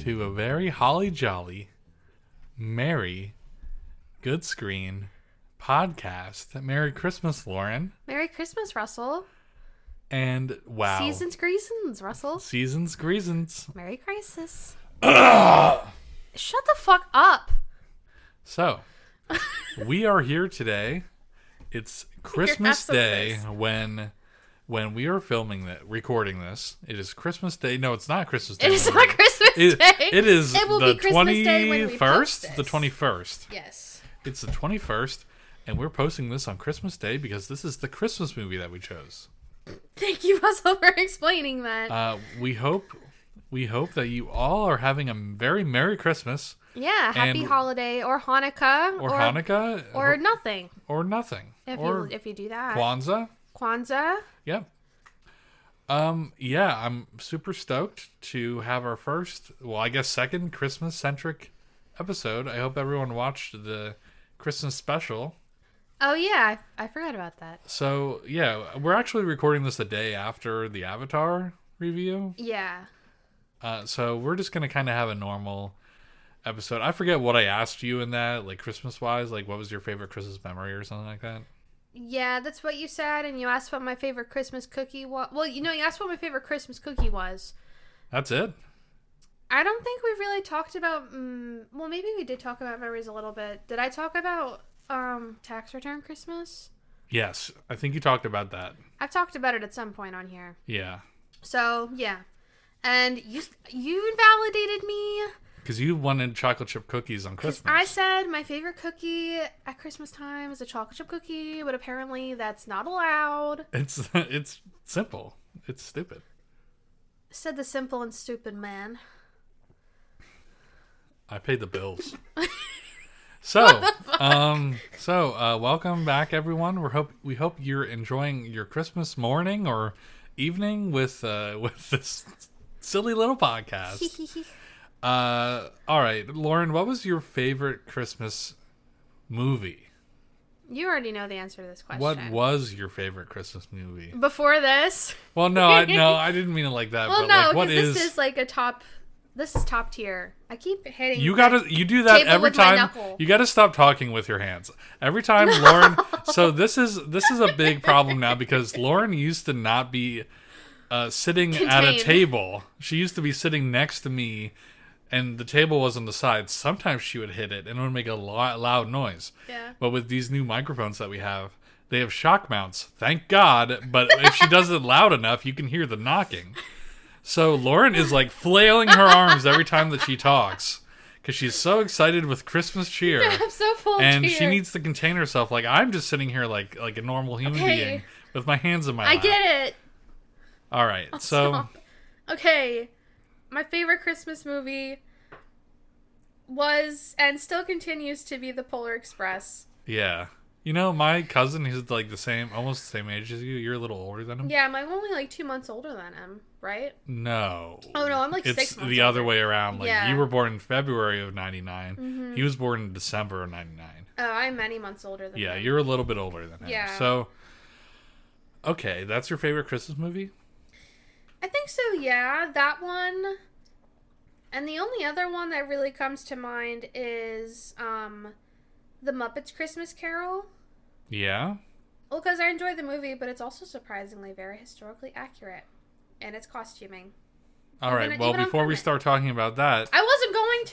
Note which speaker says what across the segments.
Speaker 1: to a very holly jolly, merry, good screen podcast. Merry Christmas, Lauren.
Speaker 2: Merry Christmas, Russell.
Speaker 1: And wow.
Speaker 2: Seasons, greasons, Russell.
Speaker 1: Seasons, greasons.
Speaker 2: Merry Crisis. Shut the fuck up.
Speaker 1: So, we are here today. It's Christmas
Speaker 2: so
Speaker 1: Day when when we are filming that, recording this. It is Christmas Day. No, it's not Christmas Day.
Speaker 2: It is
Speaker 1: when
Speaker 2: not
Speaker 1: we-
Speaker 2: Christmas
Speaker 1: it-
Speaker 2: Day.
Speaker 1: it is
Speaker 2: It will
Speaker 1: the
Speaker 2: be Christmas Day when we post
Speaker 1: 21st,
Speaker 2: this.
Speaker 1: the 21st.
Speaker 2: Yes.
Speaker 1: It's the 21st and we're posting this on Christmas Day because this is the Christmas movie that we chose.
Speaker 2: Thank you, Russell, for explaining that.
Speaker 1: Uh, we hope we hope that you all are having a very merry Christmas
Speaker 2: yeah. Happy
Speaker 1: and-
Speaker 2: holiday or Hanukkah
Speaker 1: or, Hanukkah
Speaker 2: or nothing.
Speaker 1: or nothing
Speaker 2: If
Speaker 1: or
Speaker 2: you if you do that,
Speaker 1: Kwanzaa.
Speaker 2: Kwanzaa.
Speaker 1: Yeah. Um, yeah, I'm super stoked to have our first, well, I guess second Christmas centric episode. I hope everyone watched the Christmas special.
Speaker 2: Oh yeah, I, I forgot about that.
Speaker 1: So, yeah, we're actually recording this the day after the Avatar review.
Speaker 2: Yeah.
Speaker 1: Uh, so, we're just going to kind of have a normal episode. I forget what I asked you in that, like Christmas wise, like what was your favorite Christmas memory or something like that?
Speaker 2: Yeah, that's what you said, and you asked what my favorite Christmas cookie was. Well, you know, you asked what my favorite Christmas cookie was.
Speaker 1: That's it.
Speaker 2: I don't think we really talked about. Mm, well, maybe we did talk about memories a little bit. Did I talk about um, tax return Christmas?
Speaker 1: Yes, I think you talked about that.
Speaker 2: I've talked about it at some point on here.
Speaker 1: Yeah.
Speaker 2: So yeah, and you you invalidated me
Speaker 1: Because you wanted chocolate chip cookies on
Speaker 2: because
Speaker 1: Christmas.
Speaker 2: I said my favorite cookie at Christmas time is a chocolate chip cookie, but apparently that's not allowed.
Speaker 1: It's it's simple. It's stupid.
Speaker 2: Said the simple and stupid man.
Speaker 1: I pay the bills. so, um, so uh, welcome back, everyone. We hope we hope you're enjoying your Christmas morning or evening with uh, with this silly little podcast. uh, all right, Lauren, what was your favorite Christmas movie?
Speaker 2: you already know the answer to this question.
Speaker 1: What was your favorite Christmas movie?
Speaker 2: before this?
Speaker 1: Well, no, I, no, I didn't mean it like that.
Speaker 2: Well,
Speaker 1: but
Speaker 2: no,
Speaker 1: like, what
Speaker 2: because
Speaker 1: is?
Speaker 2: this is like a top. This is top tier. I keep hitting.
Speaker 1: You
Speaker 2: my-
Speaker 1: gotta you do that
Speaker 2: Table
Speaker 1: every
Speaker 2: with my
Speaker 1: time.
Speaker 2: knuckle.
Speaker 1: You gotta stop talking with your hands. Every time Lauren so this is this is a big problem now because Lauren used to not be uh, sitting at a
Speaker 2: Contained.
Speaker 1: table. She used to be sitting next to me and the table was on the side. Sometimes she would hit it and it would make a lo- loud noise.
Speaker 2: Yeah.
Speaker 1: But with these new microphones that we have, they have shock mounts. Thank God, but if she does it loud enough, you can hear the knocking. So Lauren is like flailing her arms every time that she talks because she's so excited with Christmas cheer,
Speaker 2: I'm so full.
Speaker 1: and
Speaker 2: tier.
Speaker 1: she needs to contain herself. Like I'm just sitting here like like a normal human
Speaker 2: Okay.
Speaker 1: being with my hands in my.
Speaker 2: I
Speaker 1: lap.
Speaker 2: get it. Oh,
Speaker 1: All right, so
Speaker 2: Stop. Okay, my favorite Christmas movie was and still continues to be The Polar Express.
Speaker 1: yeah, you know my cousin, he's like the same, almost the same age as you. You're a little older than him.
Speaker 2: Yeah, I'm like only like two months older than him, right?
Speaker 1: No.
Speaker 2: Oh, no, I'm, like,
Speaker 1: it's
Speaker 2: six
Speaker 1: the
Speaker 2: months
Speaker 1: other
Speaker 2: older.
Speaker 1: way around. Like
Speaker 2: Yeah. Mm-hmm.
Speaker 1: you were born in February of '99. He was born in December of '99.
Speaker 2: Oh, I'm many months older than
Speaker 1: Yeah,
Speaker 2: him.
Speaker 1: you're a little bit older than him.
Speaker 2: Yeah.
Speaker 1: So, okay, that's your favorite Christmas movie?
Speaker 2: I think so. Yeah, that one. And the only other one that really comes to mind is um, The Muppets Christmas Carol.
Speaker 1: Yeah.
Speaker 2: Well, because I enjoy the movie, but it's also surprisingly very historically accurate, and it's costuming.
Speaker 1: All
Speaker 2: Even-
Speaker 1: right.
Speaker 2: even
Speaker 1: well,
Speaker 2: on
Speaker 1: before we
Speaker 2: Kermit.
Speaker 1: start talking about that,
Speaker 2: I wasn't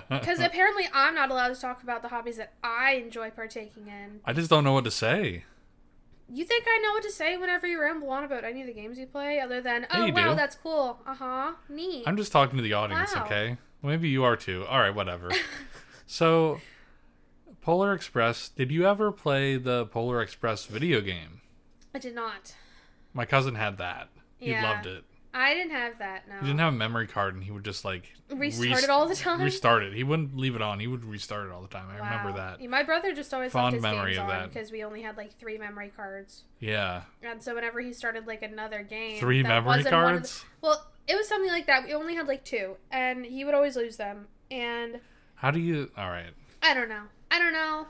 Speaker 2: to, because
Speaker 1: I
Speaker 2: apparently I'm not allowed to talk about the hobbies that I enjoy partaking in.
Speaker 1: just don't know what to say.
Speaker 2: You think I know what to say whenever you ramble on about any of the games you play, other than
Speaker 1: Yeah,
Speaker 2: "Oh
Speaker 1: you
Speaker 2: wow,
Speaker 1: do.
Speaker 2: that's cool," "Uh huh," "Neat."
Speaker 1: I'm just talking to the audience,
Speaker 2: Wow.
Speaker 1: okay? Maybe you are too. All right, whatever. so, Polar Express, did you ever play the Polar Express video game?
Speaker 2: I did not.
Speaker 1: My cousin had that. He
Speaker 2: Yeah.
Speaker 1: loved it.
Speaker 2: I didn't have that. No.
Speaker 1: He didn't have a memory card and he would just like
Speaker 2: Restart
Speaker 1: rest-
Speaker 2: it all the time?
Speaker 1: Restart it. He wouldn't leave it on. He would restart it all the time. I remember
Speaker 2: Wow.
Speaker 1: that.
Speaker 2: Yeah, My brother just always
Speaker 1: Fond
Speaker 2: left his
Speaker 1: memory
Speaker 2: games
Speaker 1: of
Speaker 2: on
Speaker 1: that.
Speaker 2: because we only had like three memory cards,
Speaker 1: Yeah.
Speaker 2: and so whenever he started like another game,
Speaker 1: Three
Speaker 2: that
Speaker 1: memory
Speaker 2: wasn't one of the-
Speaker 1: cards?
Speaker 2: Well, it was something like that. We only had like two, and he would always lose them. And
Speaker 1: How do you All right.
Speaker 2: I don't know. I don't know.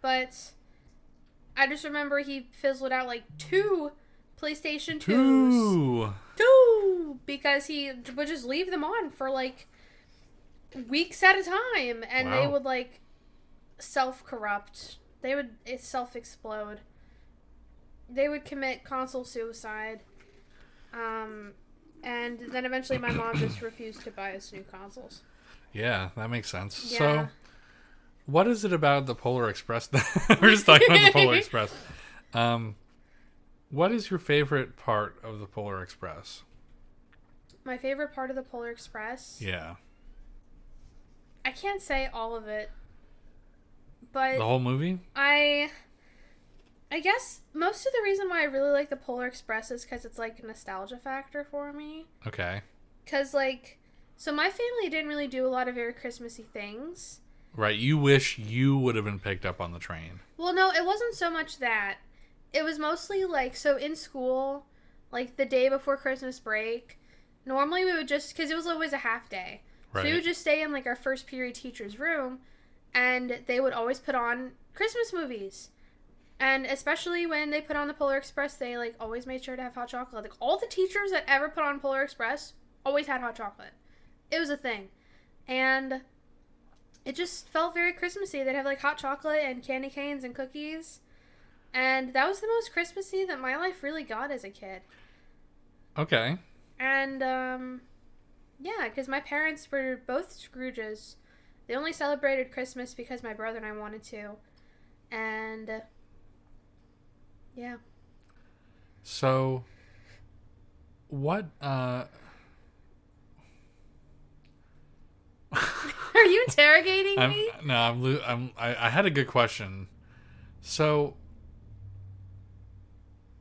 Speaker 2: But I just remember he fizzled out like two PlayStation 2s.
Speaker 1: Two.
Speaker 2: Two because he would just leave them on for like weeks at a time and they
Speaker 1: Wow.
Speaker 2: would like self corrupt. They would self explode. They would commit console suicide. Um, and then eventually my mom just refused to buy us new consoles.
Speaker 1: Yeah, that makes sense.
Speaker 2: Yeah.
Speaker 1: So, what is it about the Polar Express? We're just talking about the Polar Express. Um, what is your favorite part of the Polar Express?
Speaker 2: My favorite part of the Polar Express.
Speaker 1: Yeah,
Speaker 2: I can't say all of it,
Speaker 1: the
Speaker 2: but
Speaker 1: whole movie.
Speaker 2: I I guess most of the reason why I really like the Polar Express is cuz it's like a nostalgia factor for me
Speaker 1: Okay,
Speaker 2: cuz like so my family didn't really do a lot of very Christmassy things.
Speaker 1: right. You wish you would have been picked up on the train.
Speaker 2: Well, no, it wasn't so much that. It was mostly like so in school, like the day before Christmas break, normally we would just cuz it was always a half day.
Speaker 1: Right.
Speaker 2: So we would just stay in like our first period teacher's room, and they would always put on Christmas movies. And especially when they put on the Polar Express, they like always made sure to have hot chocolate. Like all the teachers that ever put on Polar Express always had hot chocolate. It was a thing, and it just felt very Christmassy. They'd have like hot chocolate and candy canes and cookies, and that was the most Christmassy that my life really got as a kid.
Speaker 1: okay.
Speaker 2: And um, yeah, because my parents were both Scrooges. They only celebrated Christmas because my brother and I wanted to. And uh, yeah,
Speaker 1: So, what? Uh,
Speaker 2: are you interrogating
Speaker 1: I'm
Speaker 2: me?
Speaker 1: no, I'm. Lo- I'm. I, I had a good question. So,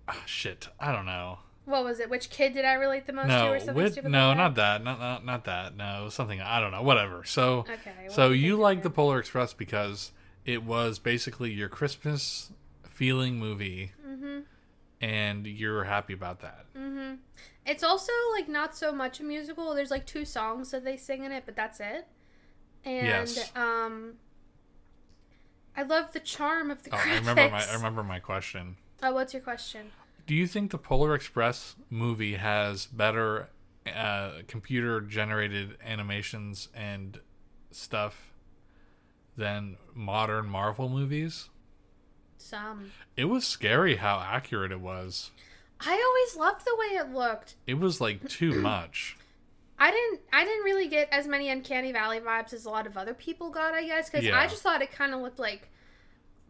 Speaker 1: ah, shit. I don't know.
Speaker 2: What was it? Which kid did I relate the most to, or
Speaker 1: no,
Speaker 2: something
Speaker 1: with,
Speaker 2: stupid?
Speaker 1: no,
Speaker 2: like
Speaker 1: not that. Not, not not that. No, something I don't know. Whatever. So,
Speaker 2: that. Okay.
Speaker 1: so
Speaker 2: well,
Speaker 1: you
Speaker 2: okay,
Speaker 1: like the
Speaker 2: then.
Speaker 1: Polar Express because it was basically your Christmas feeling movie,
Speaker 2: Mhm.
Speaker 1: and you're happy about that.
Speaker 2: Mhm. It's also like not so much a musical. There's like two songs that they sing in it, but that's it. And
Speaker 1: Yes.
Speaker 2: um, I love the charm of the
Speaker 1: Oh,
Speaker 2: graphics.
Speaker 1: I remember my. I remember my question.
Speaker 2: Oh, what's your question?
Speaker 1: Do you think the Polar Express movie has better uh, computer generated animations and stuff than modern Marvel movies?
Speaker 2: Some.
Speaker 1: It was scary how accurate it was.
Speaker 2: I always loved the way it looked.
Speaker 1: It was like too much.
Speaker 2: I didn't I didn't really get as many uncanny valley vibes as a lot of other people got, I guess, cuz
Speaker 1: Yeah.
Speaker 2: I just thought it kind of looked like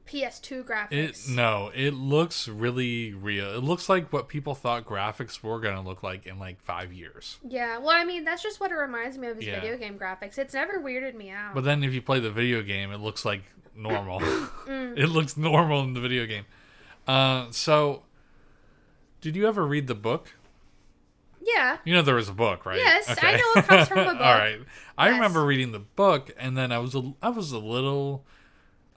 Speaker 2: PS2
Speaker 1: It
Speaker 2: graphics.
Speaker 1: no, it looks really real. It looks like what people thought graphics were going to look like in like 5 years.
Speaker 2: Yeah, well, I mean, that's just what it reminds me of is
Speaker 1: Yeah.
Speaker 2: video game graphics. It's never weirded me out.
Speaker 1: But then if you play the video game, it looks like normal.
Speaker 2: Mm.
Speaker 1: it looks normal in the video game. Uh, so, did you ever read the book?
Speaker 2: yeah.
Speaker 1: You know there was a book, right?
Speaker 2: Yes, I know it comes from a book.
Speaker 1: All right, I
Speaker 2: Yes.
Speaker 1: remember reading the book, and then I was a, I was a little,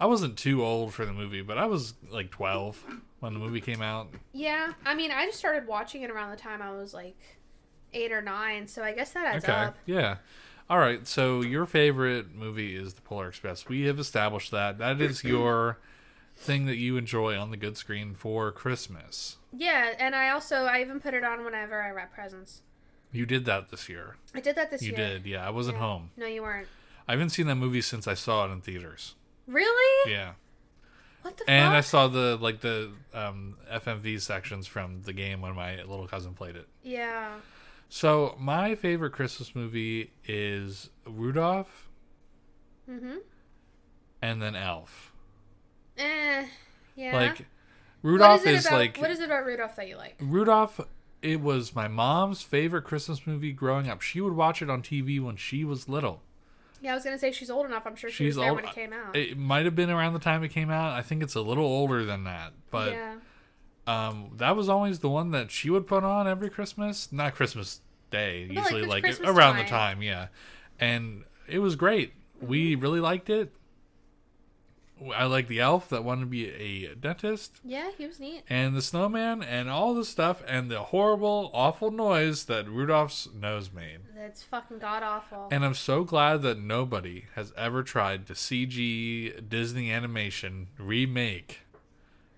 Speaker 1: I wasn't too old for the movie, but I was like twelve when the movie came out.
Speaker 2: Yeah. I mean, I just started watching it around the time I was like 8 or 9, so I guess that adds
Speaker 1: okay,
Speaker 2: up.
Speaker 1: yeah. All right, so your favorite movie is The Polar Express. We have established that that is your thing that you enjoy on the good screen for Christmas.
Speaker 2: Yeah, and I also I even put it on whenever I wrap presents.
Speaker 1: You did that this year.
Speaker 2: I did that this
Speaker 1: You
Speaker 2: year.
Speaker 1: did, yeah. I wasn't
Speaker 2: Yeah.
Speaker 1: home.
Speaker 2: No, you weren't.
Speaker 1: I haven't seen that movie since I saw it in theaters.
Speaker 2: Really?
Speaker 1: Yeah.
Speaker 2: What the
Speaker 1: And I
Speaker 2: fuck?
Speaker 1: saw the like the um, FMV sections from the game when my little cousin played it.
Speaker 2: yeah.
Speaker 1: So my favorite Christmas movie is Rudolph
Speaker 2: Mhm.
Speaker 1: and then Elf.
Speaker 2: Eh, yeah.
Speaker 1: Like Rudolph
Speaker 2: it
Speaker 1: is,
Speaker 2: about,
Speaker 1: like
Speaker 2: What is it about Rudolph that you like?
Speaker 1: Rudolph. It was my mom's favorite Christmas movie growing up. She would watch it on TV when she was little.
Speaker 2: Yeah, I was gonna say she's old enough. I'm sure she
Speaker 1: She's
Speaker 2: was there
Speaker 1: old-
Speaker 2: when it came out.
Speaker 1: It might have been around the time it came out. I think it's a little older than that, but
Speaker 2: yeah.
Speaker 1: um, that was always the one that she would put on every Christmas, not Christmas Day,
Speaker 2: like
Speaker 1: usually
Speaker 2: the
Speaker 1: like,
Speaker 2: Christmas
Speaker 1: around the
Speaker 2: time.
Speaker 1: time, yeah. And it was great. We
Speaker 2: Mm-hmm.
Speaker 1: really liked it. I like the elf that wanted to be a dentist,
Speaker 2: Yeah, he was neat.
Speaker 1: and the snowman, and all the stuff, and the horrible, awful noise that Rudolph's nose made.
Speaker 2: That's fucking god awful.
Speaker 1: And I'm so glad that nobody has ever tried to CG Disney animation remake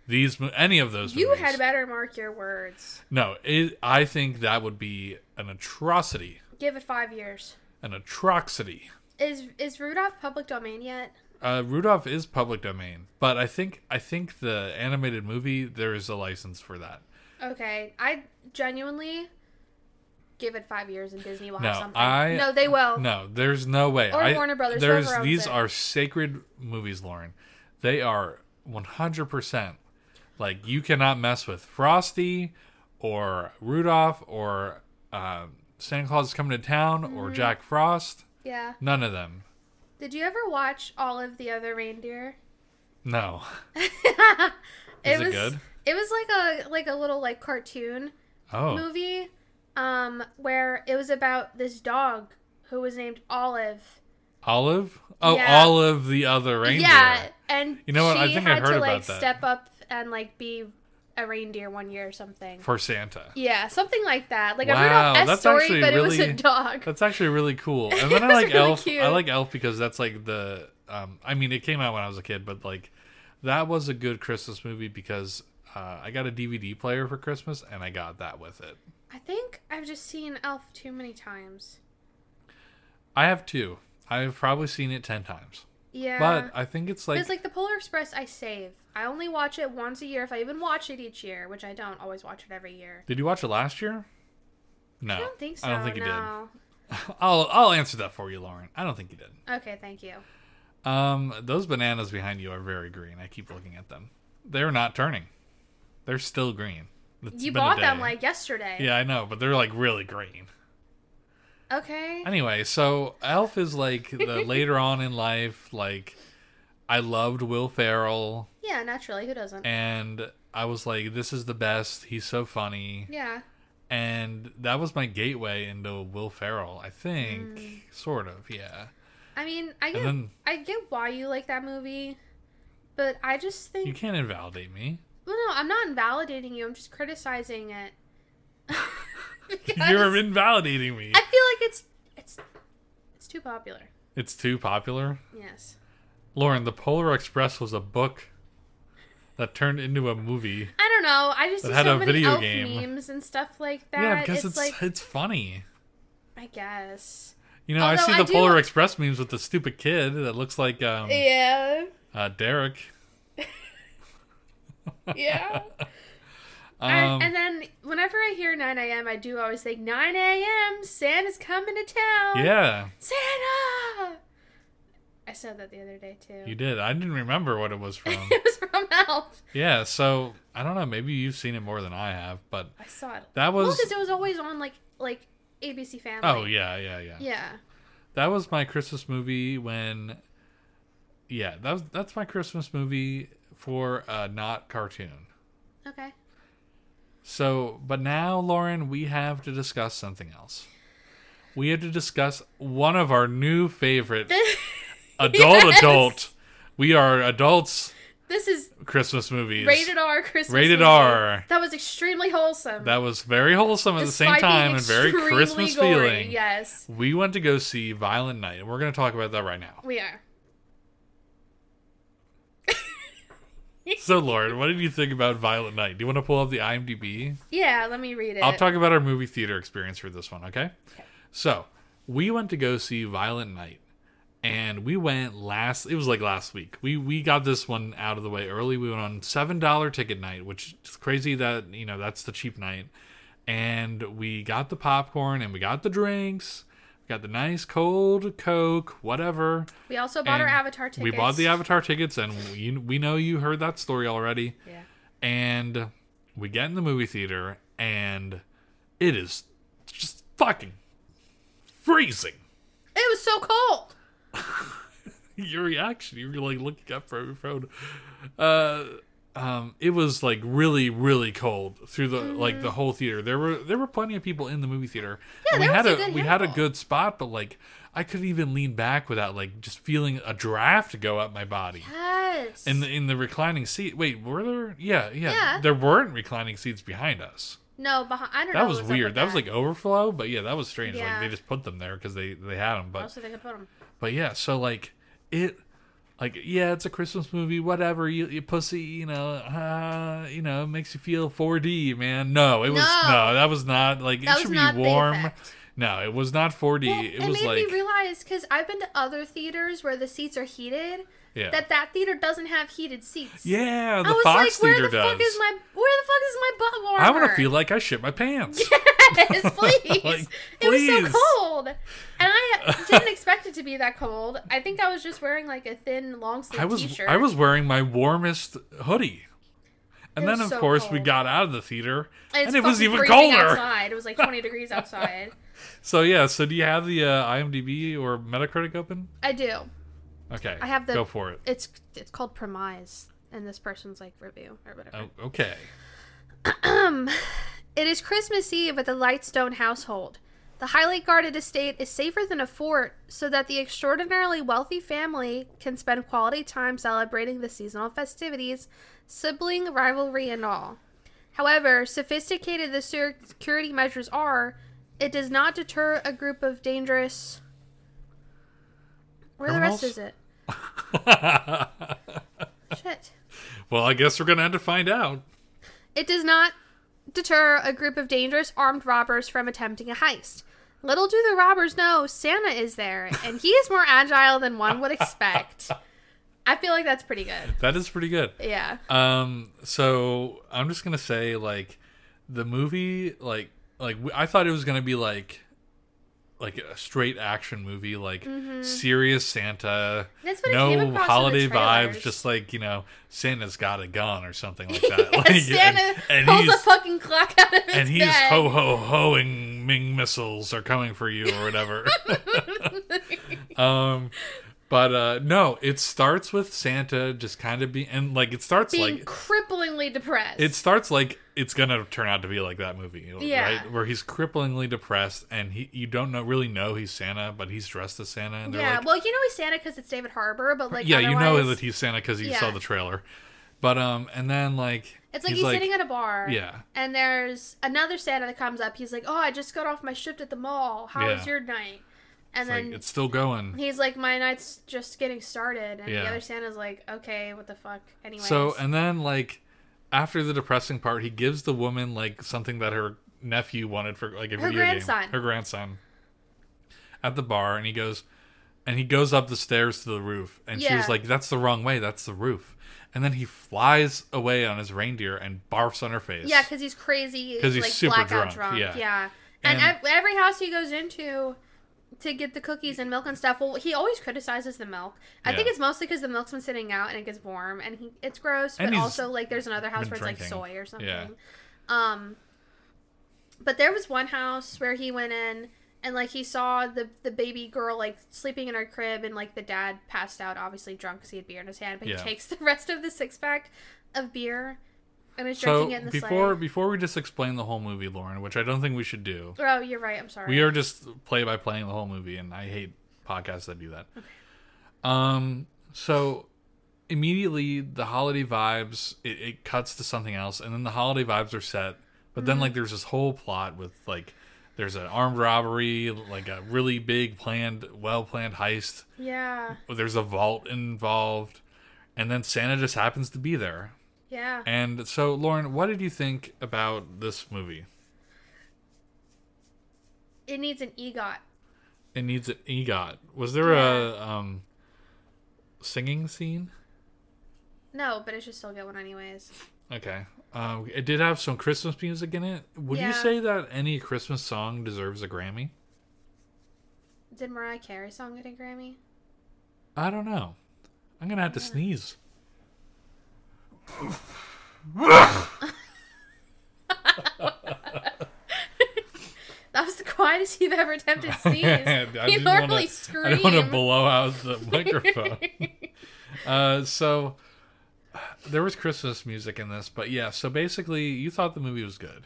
Speaker 1: these mo- any of those
Speaker 2: You
Speaker 1: movies.
Speaker 2: had better mark your words.
Speaker 1: no, it, I think that would be an atrocity,
Speaker 2: Give it five years.
Speaker 1: an atrocity.
Speaker 2: Is is Rudolph public domain yet?
Speaker 1: Uh, Rudolph is public domain, but I think I think the animated movie there is a license for that.
Speaker 2: Okay, I genuinely give it five years and Disney will have
Speaker 1: No,
Speaker 2: something.
Speaker 1: I-
Speaker 2: no, they will.
Speaker 1: No, there's no way.
Speaker 2: Oh. Or
Speaker 1: I-
Speaker 2: Warner Brothers,
Speaker 1: There's
Speaker 2: whoever owns
Speaker 1: these
Speaker 2: it.
Speaker 1: are sacred movies, Lauren. They are 100 percent like you cannot mess with Frosty or Rudolph or uh, Santa Claus is coming to town
Speaker 2: Mm-hmm.
Speaker 1: or Jack Frost.
Speaker 2: Yeah.
Speaker 1: None of them.
Speaker 2: Did you ever watch all of the other reindeer?
Speaker 1: No.
Speaker 2: it
Speaker 1: Is it
Speaker 2: was
Speaker 1: good?
Speaker 2: it was like a like a little like cartoon
Speaker 1: Oh,
Speaker 2: movie um where it was about this dog who was named Olive.
Speaker 1: Olive. Oh,
Speaker 2: Yeah.
Speaker 1: Olive the other reindeer.
Speaker 2: Yeah, and
Speaker 1: You know what?
Speaker 2: she
Speaker 1: I think I
Speaker 2: had
Speaker 1: heard
Speaker 2: to
Speaker 1: about
Speaker 2: like
Speaker 1: that.
Speaker 2: step up and like be a reindeer one year or something.
Speaker 1: for Santa.
Speaker 2: Yeah, something like that. Like
Speaker 1: Wow,
Speaker 2: I read off S
Speaker 1: that's
Speaker 2: story,
Speaker 1: actually
Speaker 2: but it was a
Speaker 1: really-
Speaker 2: dog.
Speaker 1: That's actually really cool. And
Speaker 2: It
Speaker 1: then I
Speaker 2: was
Speaker 1: like
Speaker 2: really
Speaker 1: Elf.
Speaker 2: cute.
Speaker 1: I like Elf because that's like the. Um, I mean, it came out when I was a kid, but like that was a good Christmas movie because uh, I got a DVD player for Christmas and I got that with it.
Speaker 2: I think I've just seen Elf too many times.
Speaker 1: I have two. I've probably seen it ten times,
Speaker 2: Yeah,
Speaker 1: but I think it's like,
Speaker 2: it's like the Polar Express. I save. I only watch it once a year if I even watch it each year, which I don't always watch it every year.
Speaker 1: Did you watch it last year? No,
Speaker 2: I don't think so.
Speaker 1: Oh. I don't think you
Speaker 2: no.
Speaker 1: did. I'll I'll answer that for you, Lauren. I don't think you did.
Speaker 2: Okay, thank you.
Speaker 1: Um, those bananas behind you are very green. I keep looking at them. They're not turning. They're still green. It's
Speaker 2: you
Speaker 1: been a
Speaker 2: bought them
Speaker 1: day.
Speaker 2: like yesterday.
Speaker 1: Yeah, I know, but they're like really green.
Speaker 2: Okay.
Speaker 1: Anyway, so Elf is like the later on in life, like I loved Will Ferrell
Speaker 2: Yeah, naturally. Who doesn't?
Speaker 1: and I was like, this is the best. He's so funny.
Speaker 2: yeah.
Speaker 1: And that was my gateway into Will Ferrell, I think.
Speaker 2: Mm.
Speaker 1: Sort of, yeah.
Speaker 2: I mean, I get,
Speaker 1: then-
Speaker 2: I get why you like that movie, but I just think
Speaker 1: You can't invalidate me.
Speaker 2: Well, no, I'm not invalidating you. I'm just criticizing it. because
Speaker 1: You're invalidating me.
Speaker 2: I feel like it's it's it's too popular.
Speaker 1: It's too popular.
Speaker 2: Yes.
Speaker 1: Lauren, The Polar Express was a book that turned into a movie.
Speaker 2: I don't know. I just
Speaker 1: That
Speaker 2: see
Speaker 1: had
Speaker 2: so
Speaker 1: a
Speaker 2: many
Speaker 1: video
Speaker 2: elf
Speaker 1: game.
Speaker 2: memes and stuff like that.
Speaker 1: yeah, because
Speaker 2: it's,
Speaker 1: it's
Speaker 2: like
Speaker 1: it's funny.
Speaker 2: I guess.
Speaker 1: You know, I
Speaker 2: Although
Speaker 1: see
Speaker 2: I
Speaker 1: the
Speaker 2: do-
Speaker 1: Polar Express memes with the stupid kid that looks like um,
Speaker 2: Yeah.
Speaker 1: uh, Derek.
Speaker 2: Yeah.
Speaker 1: Um,
Speaker 2: and, and then whenever I hear 9 a.m., I do always think 9 a.m. Santa's coming to town.
Speaker 1: yeah,
Speaker 2: Santa. I said that the other day too.
Speaker 1: you did. I didn't remember what it was from.
Speaker 2: it was from Elf.
Speaker 1: yeah, so I don't know. Maybe you've seen it more than I have, but
Speaker 2: I saw it
Speaker 1: that
Speaker 2: Well,
Speaker 1: was.
Speaker 2: 'cause it was always on like like ABC Family.
Speaker 1: oh yeah, yeah, yeah,
Speaker 2: Yeah.
Speaker 1: That was my Christmas movie when. Yeah, that was that's my Christmas movie for a not cartoon.
Speaker 2: Okay.
Speaker 1: So, but now, Lauren, we have to discuss something else. We have to discuss one of our new favorite adult
Speaker 2: Yes.
Speaker 1: adult. We are adults
Speaker 2: this is
Speaker 1: Christmas movies.
Speaker 2: rated R Christmas.
Speaker 1: Rated
Speaker 2: movie.
Speaker 1: R.
Speaker 2: That was extremely wholesome.
Speaker 1: That was very wholesome at the same
Speaker 2: despite being
Speaker 1: time and very
Speaker 2: extremely
Speaker 1: Christmas
Speaker 2: gory.
Speaker 1: feeling.
Speaker 2: Yes,
Speaker 1: We went to go see Violent Night, and we're going to talk about that right now.
Speaker 2: we are.
Speaker 1: So, Lauren, what did you think about Violent Night? Do you want to pull up the IMDb?
Speaker 2: Yeah, let me read it.
Speaker 1: I'll talk about our movie theater experience for this one, okay? So, we went to go see Violent Night, and we went last. It was like last week. We we got this one out of the way early. We went on seven dollar ticket night, which is crazy that you know that's the cheap night. And we got the popcorn and we got the drinks. We got the nice cold Coke, whatever.
Speaker 2: we also bought our
Speaker 1: And
Speaker 2: Avatar tickets.
Speaker 1: We bought the Avatar tickets, and we, we know you heard that story already
Speaker 2: Yeah.
Speaker 1: and we get in the movie theater and it is just fucking freezing
Speaker 2: It was so cold.
Speaker 1: your reaction you were like looking up from your phone uh um it was like really really cold through the
Speaker 2: Mm-hmm.
Speaker 1: like the whole theater there were there were plenty of people in the movie theater yeah, we
Speaker 2: there
Speaker 1: had
Speaker 2: was
Speaker 1: a,
Speaker 2: a good
Speaker 1: we had a
Speaker 2: handful.
Speaker 1: good spot but like i couldn't even lean back without like just feeling a draft go up my body
Speaker 2: Yes.
Speaker 1: in the in the reclining seat wait were there yeah yeah,
Speaker 2: Yeah.
Speaker 1: there weren't reclining seats behind us
Speaker 2: no, behind, I don't know.
Speaker 1: That was
Speaker 2: what up
Speaker 1: weird.
Speaker 2: with
Speaker 1: That was like overflow, but yeah, that was strange.
Speaker 2: Yeah.
Speaker 1: Like they just put them there because they they had them. But
Speaker 2: Also, they could put 'em.
Speaker 1: but yeah, so like it, like yeah it's a christmas movie whatever you, you pussy you know uh, you know it makes you feel 4d man no it was
Speaker 2: No.
Speaker 1: no that was not like
Speaker 2: That
Speaker 1: it should
Speaker 2: was not
Speaker 1: be
Speaker 2: Bay
Speaker 1: warm
Speaker 2: Fact.
Speaker 1: no it was not 4d
Speaker 2: Well,
Speaker 1: it
Speaker 2: it,
Speaker 1: was
Speaker 2: made
Speaker 1: like
Speaker 2: me realize because I've been to other theaters where the seats are heated
Speaker 1: yeah
Speaker 2: that that theater doesn't have heated seats.
Speaker 1: yeah
Speaker 2: I
Speaker 1: the
Speaker 2: was
Speaker 1: fox
Speaker 2: like, where
Speaker 1: theater
Speaker 2: the
Speaker 1: does
Speaker 2: fuck is my where the fuck is my butt warmer?
Speaker 1: i want to feel like i shit my pants
Speaker 2: yes, please.
Speaker 1: Like,
Speaker 2: It was
Speaker 1: please.
Speaker 2: so cold, and I didn't expect it to be that cold. I think I was just wearing like a thin long sleeve
Speaker 1: I was
Speaker 2: t-shirt.
Speaker 1: I was wearing my warmest hoodie. And
Speaker 2: It
Speaker 1: then of
Speaker 2: was so
Speaker 1: course we
Speaker 2: cold.
Speaker 1: got out of the theater
Speaker 2: And, it's
Speaker 1: and it was
Speaker 2: fucking
Speaker 1: even
Speaker 2: freezing
Speaker 1: colder.
Speaker 2: Outside. It was like 20 degrees outside.
Speaker 1: So yeah, so do you have the uh, IMDb or Metacritic open?
Speaker 2: I do.
Speaker 1: Okay.
Speaker 2: I have the-
Speaker 1: Go for it.
Speaker 2: It's it's called premise, and this person's like review or whatever.
Speaker 1: Oh, okay.
Speaker 2: Um, it is Christmas Eve at the Lightstone household. The highly guarded estate is safer than a fort so that the extraordinarily wealthy family can spend quality time celebrating the seasonal festivities, sibling rivalry, and all. However, sophisticated the ser- security measures are, it does not deter a group of dangerous. Where the rest is it? Shit.
Speaker 1: well, I guess we're gonna have to find out.
Speaker 2: It does not deter a group of dangerous armed robbers from attempting a heist. Little do the robbers know Santa is there, and he is more agile than one would expect. I feel like that's pretty good.
Speaker 1: That is pretty good.
Speaker 2: Yeah.
Speaker 1: Um, so I'm just gonna say like the movie, like like w- I thought it was gonna be like like a straight action movie, like serious Santa,
Speaker 2: Mm-hmm. That's what it came
Speaker 1: no
Speaker 2: across in the
Speaker 1: holiday vibes,
Speaker 2: trailers.
Speaker 1: just like you know Santa's got a gun or something like that.
Speaker 2: Yeah,
Speaker 1: like, and-
Speaker 2: Santa
Speaker 1: and,
Speaker 2: pulls a
Speaker 1: he's
Speaker 2: fucking clock out of his
Speaker 1: and he's
Speaker 2: bag.
Speaker 1: ho ho hoing Ming missiles are coming for you or whatever. um, but uh no, it starts with Santa just kind of being and like it starts
Speaker 2: being
Speaker 1: like
Speaker 2: cripplingly depressed.
Speaker 1: it starts like it's gonna turn out to be like that movie,
Speaker 2: Yeah.
Speaker 1: right? Where he's cripplingly depressed, and he you don't know really know he's Santa, but he's dressed as Santa, and they're
Speaker 2: yeah.
Speaker 1: like,
Speaker 2: well, you know he's Santa because it's David Harbour, but like
Speaker 1: yeah, you know
Speaker 2: otherwise-
Speaker 1: that he's Santa because you saw
Speaker 2: Yeah.
Speaker 1: the trailer, but um, and then like
Speaker 2: It's like he's, sitting at a bar.
Speaker 1: yeah,
Speaker 2: And there's another Santa that comes up. He's like, "Oh, I just got off my shift at the mall. How
Speaker 1: Yeah.
Speaker 2: was your night?" And
Speaker 1: it's
Speaker 2: then
Speaker 1: like it's still going.
Speaker 2: He's like, my night's just getting started, and
Speaker 1: Um, Yeah.
Speaker 2: the other Santa's like, okay, what the fuck? Anyways,
Speaker 1: So and then like after the depressing part, he gives the woman like something that her nephew wanted for like a
Speaker 2: Her
Speaker 1: video
Speaker 2: grandson.
Speaker 1: game, her grandson, at the bar, and he goes, and he goes up the stairs to the roof, and she was
Speaker 2: Yeah.
Speaker 1: like, "That's the wrong way. That's the roof." And then he flies away on his reindeer and barfs on her face.
Speaker 2: yeah, because he's crazy,
Speaker 1: 'Cause he's
Speaker 2: like
Speaker 1: super
Speaker 2: blackout
Speaker 1: drunk,
Speaker 2: drunk,
Speaker 1: yeah.
Speaker 2: yeah. And,
Speaker 1: And-
Speaker 2: ev- every house he goes into to get the cookies and milk and stuff, well, he always criticizes the milk. I think
Speaker 1: Yeah.
Speaker 2: it's mostly because the milk's been sitting out and it gets warm, and he it's gross.
Speaker 1: And
Speaker 2: But
Speaker 1: he's
Speaker 2: also, like, there's another house
Speaker 1: been
Speaker 2: where it's like
Speaker 1: drinking.
Speaker 2: soy or something.
Speaker 1: Yeah.
Speaker 2: Um, but there was one house where he went in and like he saw the the baby girl like sleeping in her crib and like the dad passed out obviously drunk because he had beer in his hand but
Speaker 1: Yeah.
Speaker 2: he takes the rest of the six pack of beer and is
Speaker 1: so
Speaker 2: drinking it in the
Speaker 1: before
Speaker 2: sleigh.
Speaker 1: before we just explain the whole movie, Lauren, which I don't think we should do,
Speaker 2: Oh, you're right. I'm sorry.
Speaker 1: we are just play by playing the whole movie, and I hate podcasts that do that. Um, so immediately the holiday vibes it, it cuts to something else, and then the holiday vibes are set. But then like there's this whole plot with like there's an armed robbery, like a really big planned, well planned heist.
Speaker 2: yeah,
Speaker 1: There's a vault involved, and then Santa just happens to be there.
Speaker 2: yeah.
Speaker 1: And so, Lauren, what did you think about this movie?
Speaker 2: It needs an EGOT.
Speaker 1: It needs an EGOT. Was there a um, singing scene?
Speaker 2: No, but it should still get one anyways.
Speaker 1: Okay. Um, it did have some Christmas music in it. Would you
Speaker 2: Yeah.
Speaker 1: say that any Christmas song deserves a Grammy?
Speaker 2: Did Mariah Carey song get a Grammy?
Speaker 1: I don't know. I'm gonna have to sneeze.
Speaker 2: That was the quietest you've ever attempted to sneeze.
Speaker 1: I
Speaker 2: you
Speaker 1: didn't wanna-
Speaker 2: normally
Speaker 1: I
Speaker 2: scream.
Speaker 1: don't want to blow out the microphone. uh, so there was Christmas music in this, but yeah. So basically, you thought the movie was good.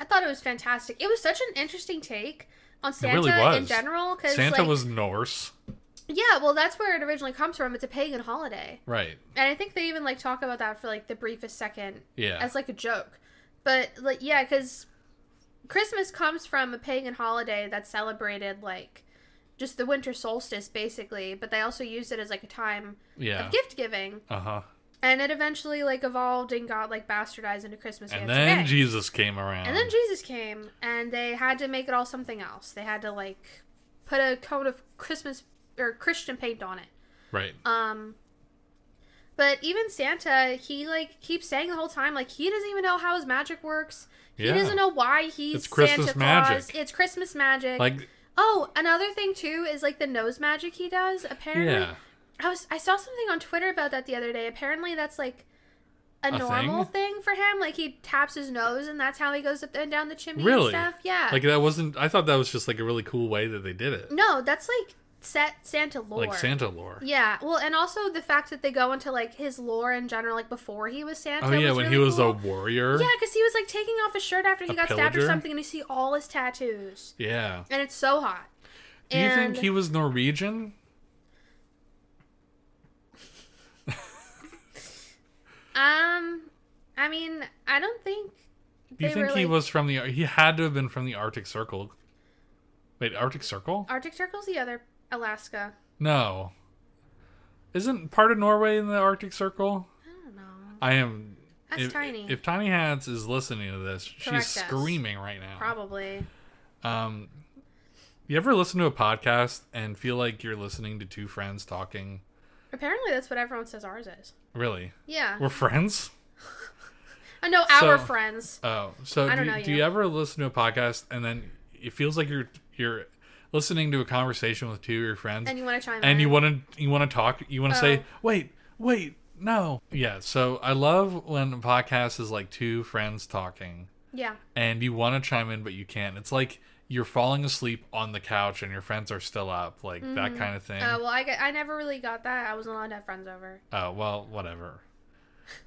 Speaker 2: I thought it was fantastic. It was such an interesting take on Santa
Speaker 1: really
Speaker 2: in
Speaker 1: was.
Speaker 2: general. Cause,
Speaker 1: Santa
Speaker 2: like,
Speaker 1: was Norse,
Speaker 2: yeah, well, that's where it originally comes from. It's a pagan holiday,
Speaker 1: right?
Speaker 2: and I think they even like talk about that for like the briefest second
Speaker 1: Yeah.
Speaker 2: as like a joke. But like, yeah, because Christmas comes from a pagan holiday that's celebrated like just the winter solstice basically, but they also used it as like a time
Speaker 1: Yeah.
Speaker 2: of gift giving.
Speaker 1: Uh huh.
Speaker 2: And it eventually like evolved and got like bastardized into Christmas.
Speaker 1: And
Speaker 2: gifts.
Speaker 1: then
Speaker 2: Okay.
Speaker 1: Jesus came around.
Speaker 2: And then Jesus came, and they had to make it all something else. They had to like put a coat of Christmas or Christian paint on it.
Speaker 1: right.
Speaker 2: Um, but even Santa, he like keeps saying the whole time, like he doesn't even know how his magic works. He
Speaker 1: Yeah.
Speaker 2: doesn't know why he's
Speaker 1: It's Christmas
Speaker 2: Santa Claus.
Speaker 1: magic.
Speaker 2: It's Christmas magic.
Speaker 1: Like
Speaker 2: oh, another thing too is like the nose magic he does. Apparently,
Speaker 1: yeah.
Speaker 2: I was I saw something on Twitter about that the other day. Apparently, that's like a,
Speaker 1: A
Speaker 2: normal thing? for him. Like he taps his nose, and that's how he goes up and down the chimney
Speaker 1: Really?
Speaker 2: and stuff. Yeah.
Speaker 1: Like that wasn't. I thought that was just like a really cool way that they did it.
Speaker 2: no, that's like set Santa lore.
Speaker 1: Like Santa lore.
Speaker 2: Yeah. Well, and also the fact that they go into like his lore in general, like before he was Santa.
Speaker 1: oh yeah, when he
Speaker 2: really
Speaker 1: was a
Speaker 2: cool.
Speaker 1: warrior.
Speaker 2: Yeah, because he was like taking off his shirt after he
Speaker 1: A
Speaker 2: got stabbed or
Speaker 1: pillager?
Speaker 2: something, and you see all his tattoos,
Speaker 1: Yeah.
Speaker 2: and it's so hot.
Speaker 1: Do you
Speaker 2: and
Speaker 1: think he was Norwegian?
Speaker 2: um, I mean, I don't think.
Speaker 1: Do you
Speaker 2: they
Speaker 1: think
Speaker 2: were,
Speaker 1: he
Speaker 2: like-
Speaker 1: was from the? He had to have been from the Arctic Circle. Wait, Arctic Circle?
Speaker 2: Arctic Circle's the other Alaska.
Speaker 1: No. Isn't part of Norway in the Arctic Circle?
Speaker 2: I don't know.
Speaker 1: I am.
Speaker 2: That's
Speaker 1: if,
Speaker 2: tiny.
Speaker 1: If Tiny Hats is listening to this,
Speaker 2: Correct
Speaker 1: she's
Speaker 2: us.
Speaker 1: screaming right now.
Speaker 2: Probably.
Speaker 1: Um, you ever listen to a podcast and feel like you're listening to two friends talking?
Speaker 2: Apparently, that's what everyone says ours is.
Speaker 1: Really,
Speaker 2: Yeah.
Speaker 1: we're friends.
Speaker 2: I know our
Speaker 1: so-
Speaker 2: friends.
Speaker 1: Oh, so
Speaker 2: I
Speaker 1: do,
Speaker 2: don't
Speaker 1: you,
Speaker 2: know
Speaker 1: do
Speaker 2: you.
Speaker 1: you ever listen to a podcast and then it feels like you're you're listening to a conversation with two of your friends,
Speaker 2: And you want to chime in?
Speaker 1: and you want to you want to talk you want to say
Speaker 2: Oh.
Speaker 1: wait wait no yeah so i love when a podcast is like two friends talking
Speaker 2: Yeah.
Speaker 1: and you want to chime in but you can't it's like you're falling asleep on the couch and your friends are still up like that kind of thing
Speaker 2: Uh, well, I, got- I never really got that. I wasn't allowed to have friends over.
Speaker 1: oh well whatever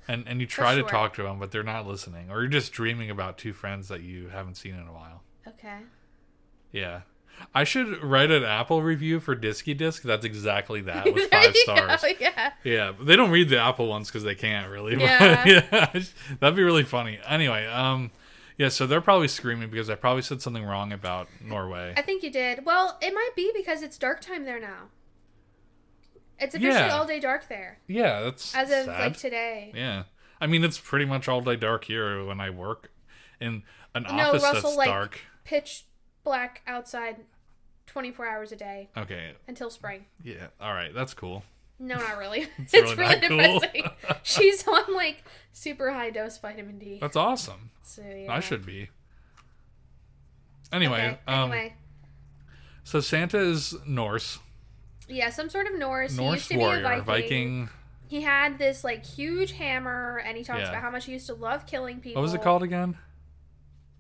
Speaker 1: and and you try
Speaker 2: sure.
Speaker 1: to talk to them but they're not listening or you're just dreaming about two friends that you haven't seen in a while
Speaker 2: Okay.
Speaker 1: yeah I should write an Apple review for Disky Disc. That's exactly that with
Speaker 2: There
Speaker 1: five
Speaker 2: you
Speaker 1: stars.
Speaker 2: go, Yeah.
Speaker 1: Yeah, but they don't read the Apple ones because they can't really. but-
Speaker 2: Yeah.
Speaker 1: yeah, that'd be really funny. Anyway, um, yeah, so they're probably screaming because I probably said something wrong about Norway.
Speaker 2: I think you did. Well, it might be because it's dark time there now. It's officially
Speaker 1: Yeah.
Speaker 2: all day dark there
Speaker 1: Yeah, that's
Speaker 2: as of
Speaker 1: sad.
Speaker 2: like today.
Speaker 1: yeah, I mean it's pretty much all day dark here when I work in an
Speaker 2: No,
Speaker 1: office
Speaker 2: Russell,
Speaker 1: that's
Speaker 2: like-
Speaker 1: dark.
Speaker 2: Pitch black outside 24 hours a day
Speaker 1: Okay,
Speaker 2: until spring.
Speaker 1: yeah, all right, that's cool.
Speaker 2: No, not really. it's,
Speaker 1: really
Speaker 2: really,
Speaker 1: not cool.
Speaker 2: depressing. She's on like super high dose vitamin D.
Speaker 1: That's awesome.
Speaker 2: So, yeah.
Speaker 1: I should be. Anyway,
Speaker 2: Okay,
Speaker 1: um,
Speaker 2: anyway.
Speaker 1: so Santa is Norse,
Speaker 2: Yeah, some sort of Norse. he used
Speaker 1: Norse
Speaker 2: to
Speaker 1: warrior,
Speaker 2: be a Viking.
Speaker 1: Viking.
Speaker 2: He had this like huge hammer, and he talks
Speaker 1: Yeah.
Speaker 2: about how much he used to love killing people.
Speaker 1: What was it called again?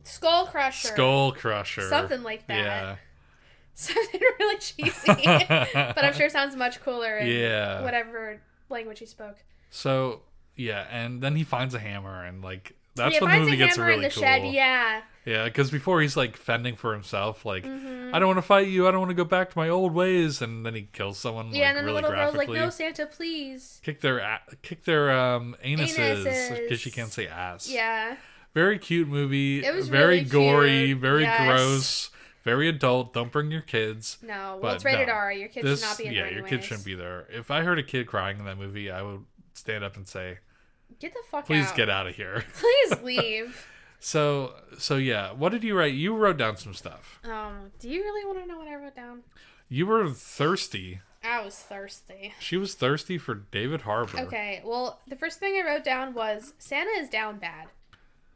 Speaker 2: Skull crusher.
Speaker 1: Skull Crusher.
Speaker 2: Something like that.
Speaker 1: Yeah.
Speaker 2: Something really cheesy, but I'm sure it sounds much cooler. In
Speaker 1: Yeah.
Speaker 2: Whatever language he spoke.
Speaker 1: So yeah, and then he finds a hammer and like that's
Speaker 2: he
Speaker 1: when the
Speaker 2: finds
Speaker 1: movie
Speaker 2: a
Speaker 1: gets
Speaker 2: hammer
Speaker 1: really
Speaker 2: in the
Speaker 1: cool.
Speaker 2: shed. Yeah.
Speaker 1: yeah, because before he's like fending for himself, like
Speaker 2: Mm-hmm.
Speaker 1: I don't want to fight you, I don't want to go back to my old ways, and then he kills someone
Speaker 2: yeah,
Speaker 1: like
Speaker 2: and then
Speaker 1: really
Speaker 2: the little girl's like,
Speaker 1: graphically.
Speaker 2: "No, Santa, please."
Speaker 1: Kick their a- kick their um, anuses
Speaker 2: Anuses.
Speaker 1: because she can't say ass.
Speaker 2: Yeah.
Speaker 1: very cute movie.
Speaker 2: It was
Speaker 1: very
Speaker 2: really
Speaker 1: gory,
Speaker 2: cute.
Speaker 1: very
Speaker 2: Yes.
Speaker 1: gross, very adult. Don't bring your kids.
Speaker 2: No. Well,
Speaker 1: But
Speaker 2: it's rated
Speaker 1: no.
Speaker 2: R. Your kid
Speaker 1: this
Speaker 2: should not be in
Speaker 1: yeah,
Speaker 2: there.
Speaker 1: your kid
Speaker 2: anyways.
Speaker 1: shouldn't be there. If I heard a kid crying in that movie, I would stand up and say,
Speaker 2: Get the fuck
Speaker 1: "Please
Speaker 2: out.
Speaker 1: get out of here."
Speaker 2: Please leave.
Speaker 1: So so yeah, what did you write? You wrote down some stuff.
Speaker 2: um, do you really want to know what I wrote down?
Speaker 1: You were thirsty.
Speaker 2: I was thirsty.
Speaker 1: She was thirsty for David Harbour.
Speaker 2: Okay, well, the first thing I wrote down was Santa is down bad.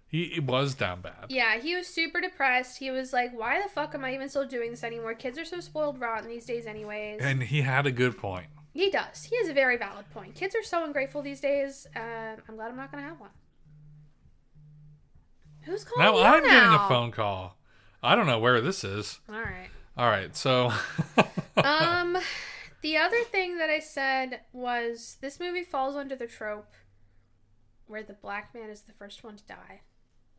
Speaker 1: He, he was down bad.
Speaker 2: Yeah, he was super depressed. He was like, why the fuck am I even still doing this anymore? Kids are so spoiled rotten these days, anyways.
Speaker 1: And he had a good point.
Speaker 2: he does. He has a very valid point. Kids are so ungrateful these days. Uh, I'm glad I'm not going to have one. Who's calling
Speaker 1: Now
Speaker 2: you
Speaker 1: I'm
Speaker 2: Oh, now?
Speaker 1: getting a phone call. I don't know where this is.
Speaker 2: All right.
Speaker 1: All right, so
Speaker 2: um the other thing that i said was this movie falls under the trope where the black man is the first one to die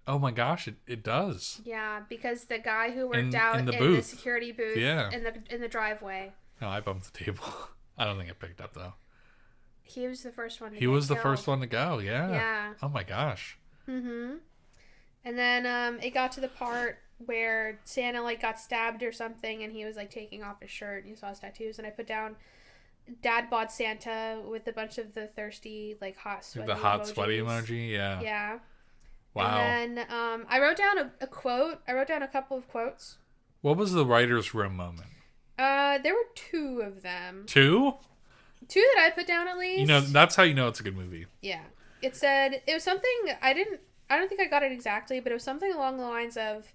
Speaker 1: oh my gosh, it, it does.
Speaker 2: yeah because the guy who worked
Speaker 1: In-
Speaker 2: out
Speaker 1: in
Speaker 2: in
Speaker 1: the
Speaker 2: the,
Speaker 1: booth.
Speaker 2: security booth
Speaker 1: Yeah.
Speaker 2: in the in the driveway
Speaker 1: No, I bumped the table. I don't think it picked up though.
Speaker 2: he was the first one to
Speaker 1: He was the first one to go. Yeah.
Speaker 2: yeah
Speaker 1: Oh my gosh.
Speaker 2: mm-hmm and then um it got to the part where Santa like got stabbed or something, and he was like taking off his shirt, and you saw his tattoos, and I put down. Dad bought Santa with a bunch of the thirsty, like hot, sweaty
Speaker 1: the hot
Speaker 2: emojis.
Speaker 1: sweaty emoji. Yeah.
Speaker 2: Yeah.
Speaker 1: Wow.
Speaker 2: And then um, I wrote down a, a quote. I wrote down a couple of quotes.
Speaker 1: what was the writer's room moment?
Speaker 2: Uh, there were two of them.
Speaker 1: Two?
Speaker 2: Two that I put down at least.
Speaker 1: You know, that's how you know it's a good movie.
Speaker 2: yeah. It said it was something I didn't. I don't think I got it exactly, but it was something along the lines of,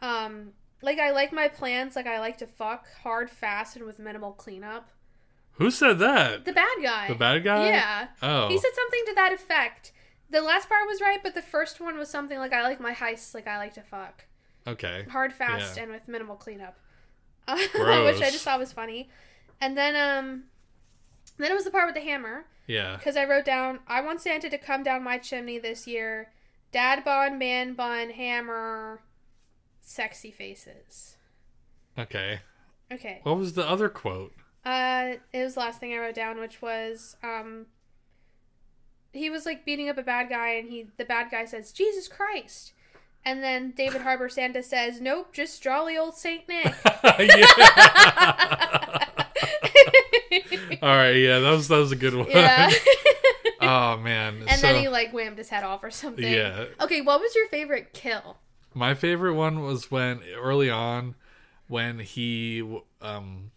Speaker 2: um, like I like my plans, like I like to fuck hard, fast, and with minimal cleanup.
Speaker 1: Who said that?
Speaker 2: The bad guy.
Speaker 1: The bad guy?
Speaker 2: Yeah.
Speaker 1: Oh.
Speaker 2: He said something to that effect. The last part was right, but the first one was something like I like my heists, like I like to fuck.
Speaker 1: okay.
Speaker 2: hard, fast,
Speaker 1: Yeah.
Speaker 2: and with minimal cleanup, Uh,
Speaker 1: Gross.
Speaker 2: which I just thought was funny. And then, um, then it was the part with the hammer
Speaker 1: Yeah.
Speaker 2: because I wrote down, "I want Santa to come down my chimney this year." Dad bun, man bun, hammer, sexy faces.
Speaker 1: Okay.
Speaker 2: Okay.
Speaker 1: What was the other quote?
Speaker 2: Uh, it was the last thing I wrote down, which was um. He was like beating up a bad guy, and he the bad guy says, "Jesus Christ," and then David Harbor Santa says, "Nope, just jolly old Saint Nick."
Speaker 1: yeah. All right. Yeah, that was that was a good one.
Speaker 2: yeah.
Speaker 1: oh man.
Speaker 2: and
Speaker 1: so
Speaker 2: then he like whammed his head off or something.
Speaker 1: yeah,
Speaker 2: Okay, what was your favorite kill?
Speaker 1: my favorite one was when early on when he um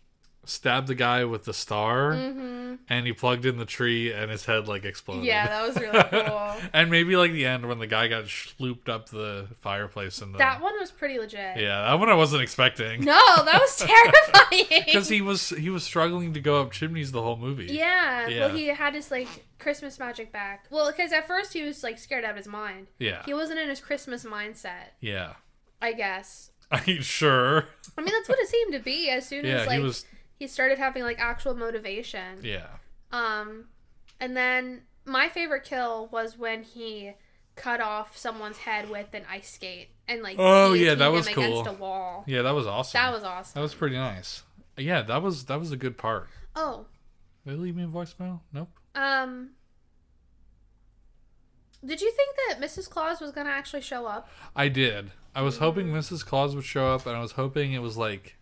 Speaker 1: stabbed the guy with the star
Speaker 2: Mm-hmm.
Speaker 1: and he plugged in the tree and his head like exploded.
Speaker 2: Yeah, that was really cool.
Speaker 1: and maybe like the end when the guy got slooped up the fireplace and the
Speaker 2: that one was pretty legit.
Speaker 1: yeah that one I wasn't expecting
Speaker 2: No, that was terrifying.
Speaker 1: because he was he was struggling to go up chimneys the whole movie.
Speaker 2: yeah,
Speaker 1: Yeah.
Speaker 2: well, he had his like Christmas magic back. Well, because at first he was like scared out of his mind.
Speaker 1: yeah,
Speaker 2: He wasn't in his Christmas mindset,
Speaker 1: yeah.
Speaker 2: I guess.
Speaker 1: I mean, sure.
Speaker 2: I mean, that's what it seemed to be. As soon
Speaker 1: Yeah,
Speaker 2: as like
Speaker 1: he
Speaker 2: he,
Speaker 1: was.
Speaker 2: started having like actual motivation,
Speaker 1: Yeah,
Speaker 2: Um, and then my favorite kill was when he cut off someone's head with an ice skate and like
Speaker 1: Oh,
Speaker 2: guillotined
Speaker 1: yeah, that was
Speaker 2: him
Speaker 1: cool.
Speaker 2: against a wall.
Speaker 1: yeah. That was awesome.
Speaker 2: That was awesome.
Speaker 1: That was pretty nice. Yeah, that was that was a good part.
Speaker 2: Oh,
Speaker 1: Did they leave me a voicemail? Nope.
Speaker 2: um, did you think that Mrs. Claus was gonna actually show up?
Speaker 1: I did. I was hoping Mrs. Claus would show up, and I was hoping it was like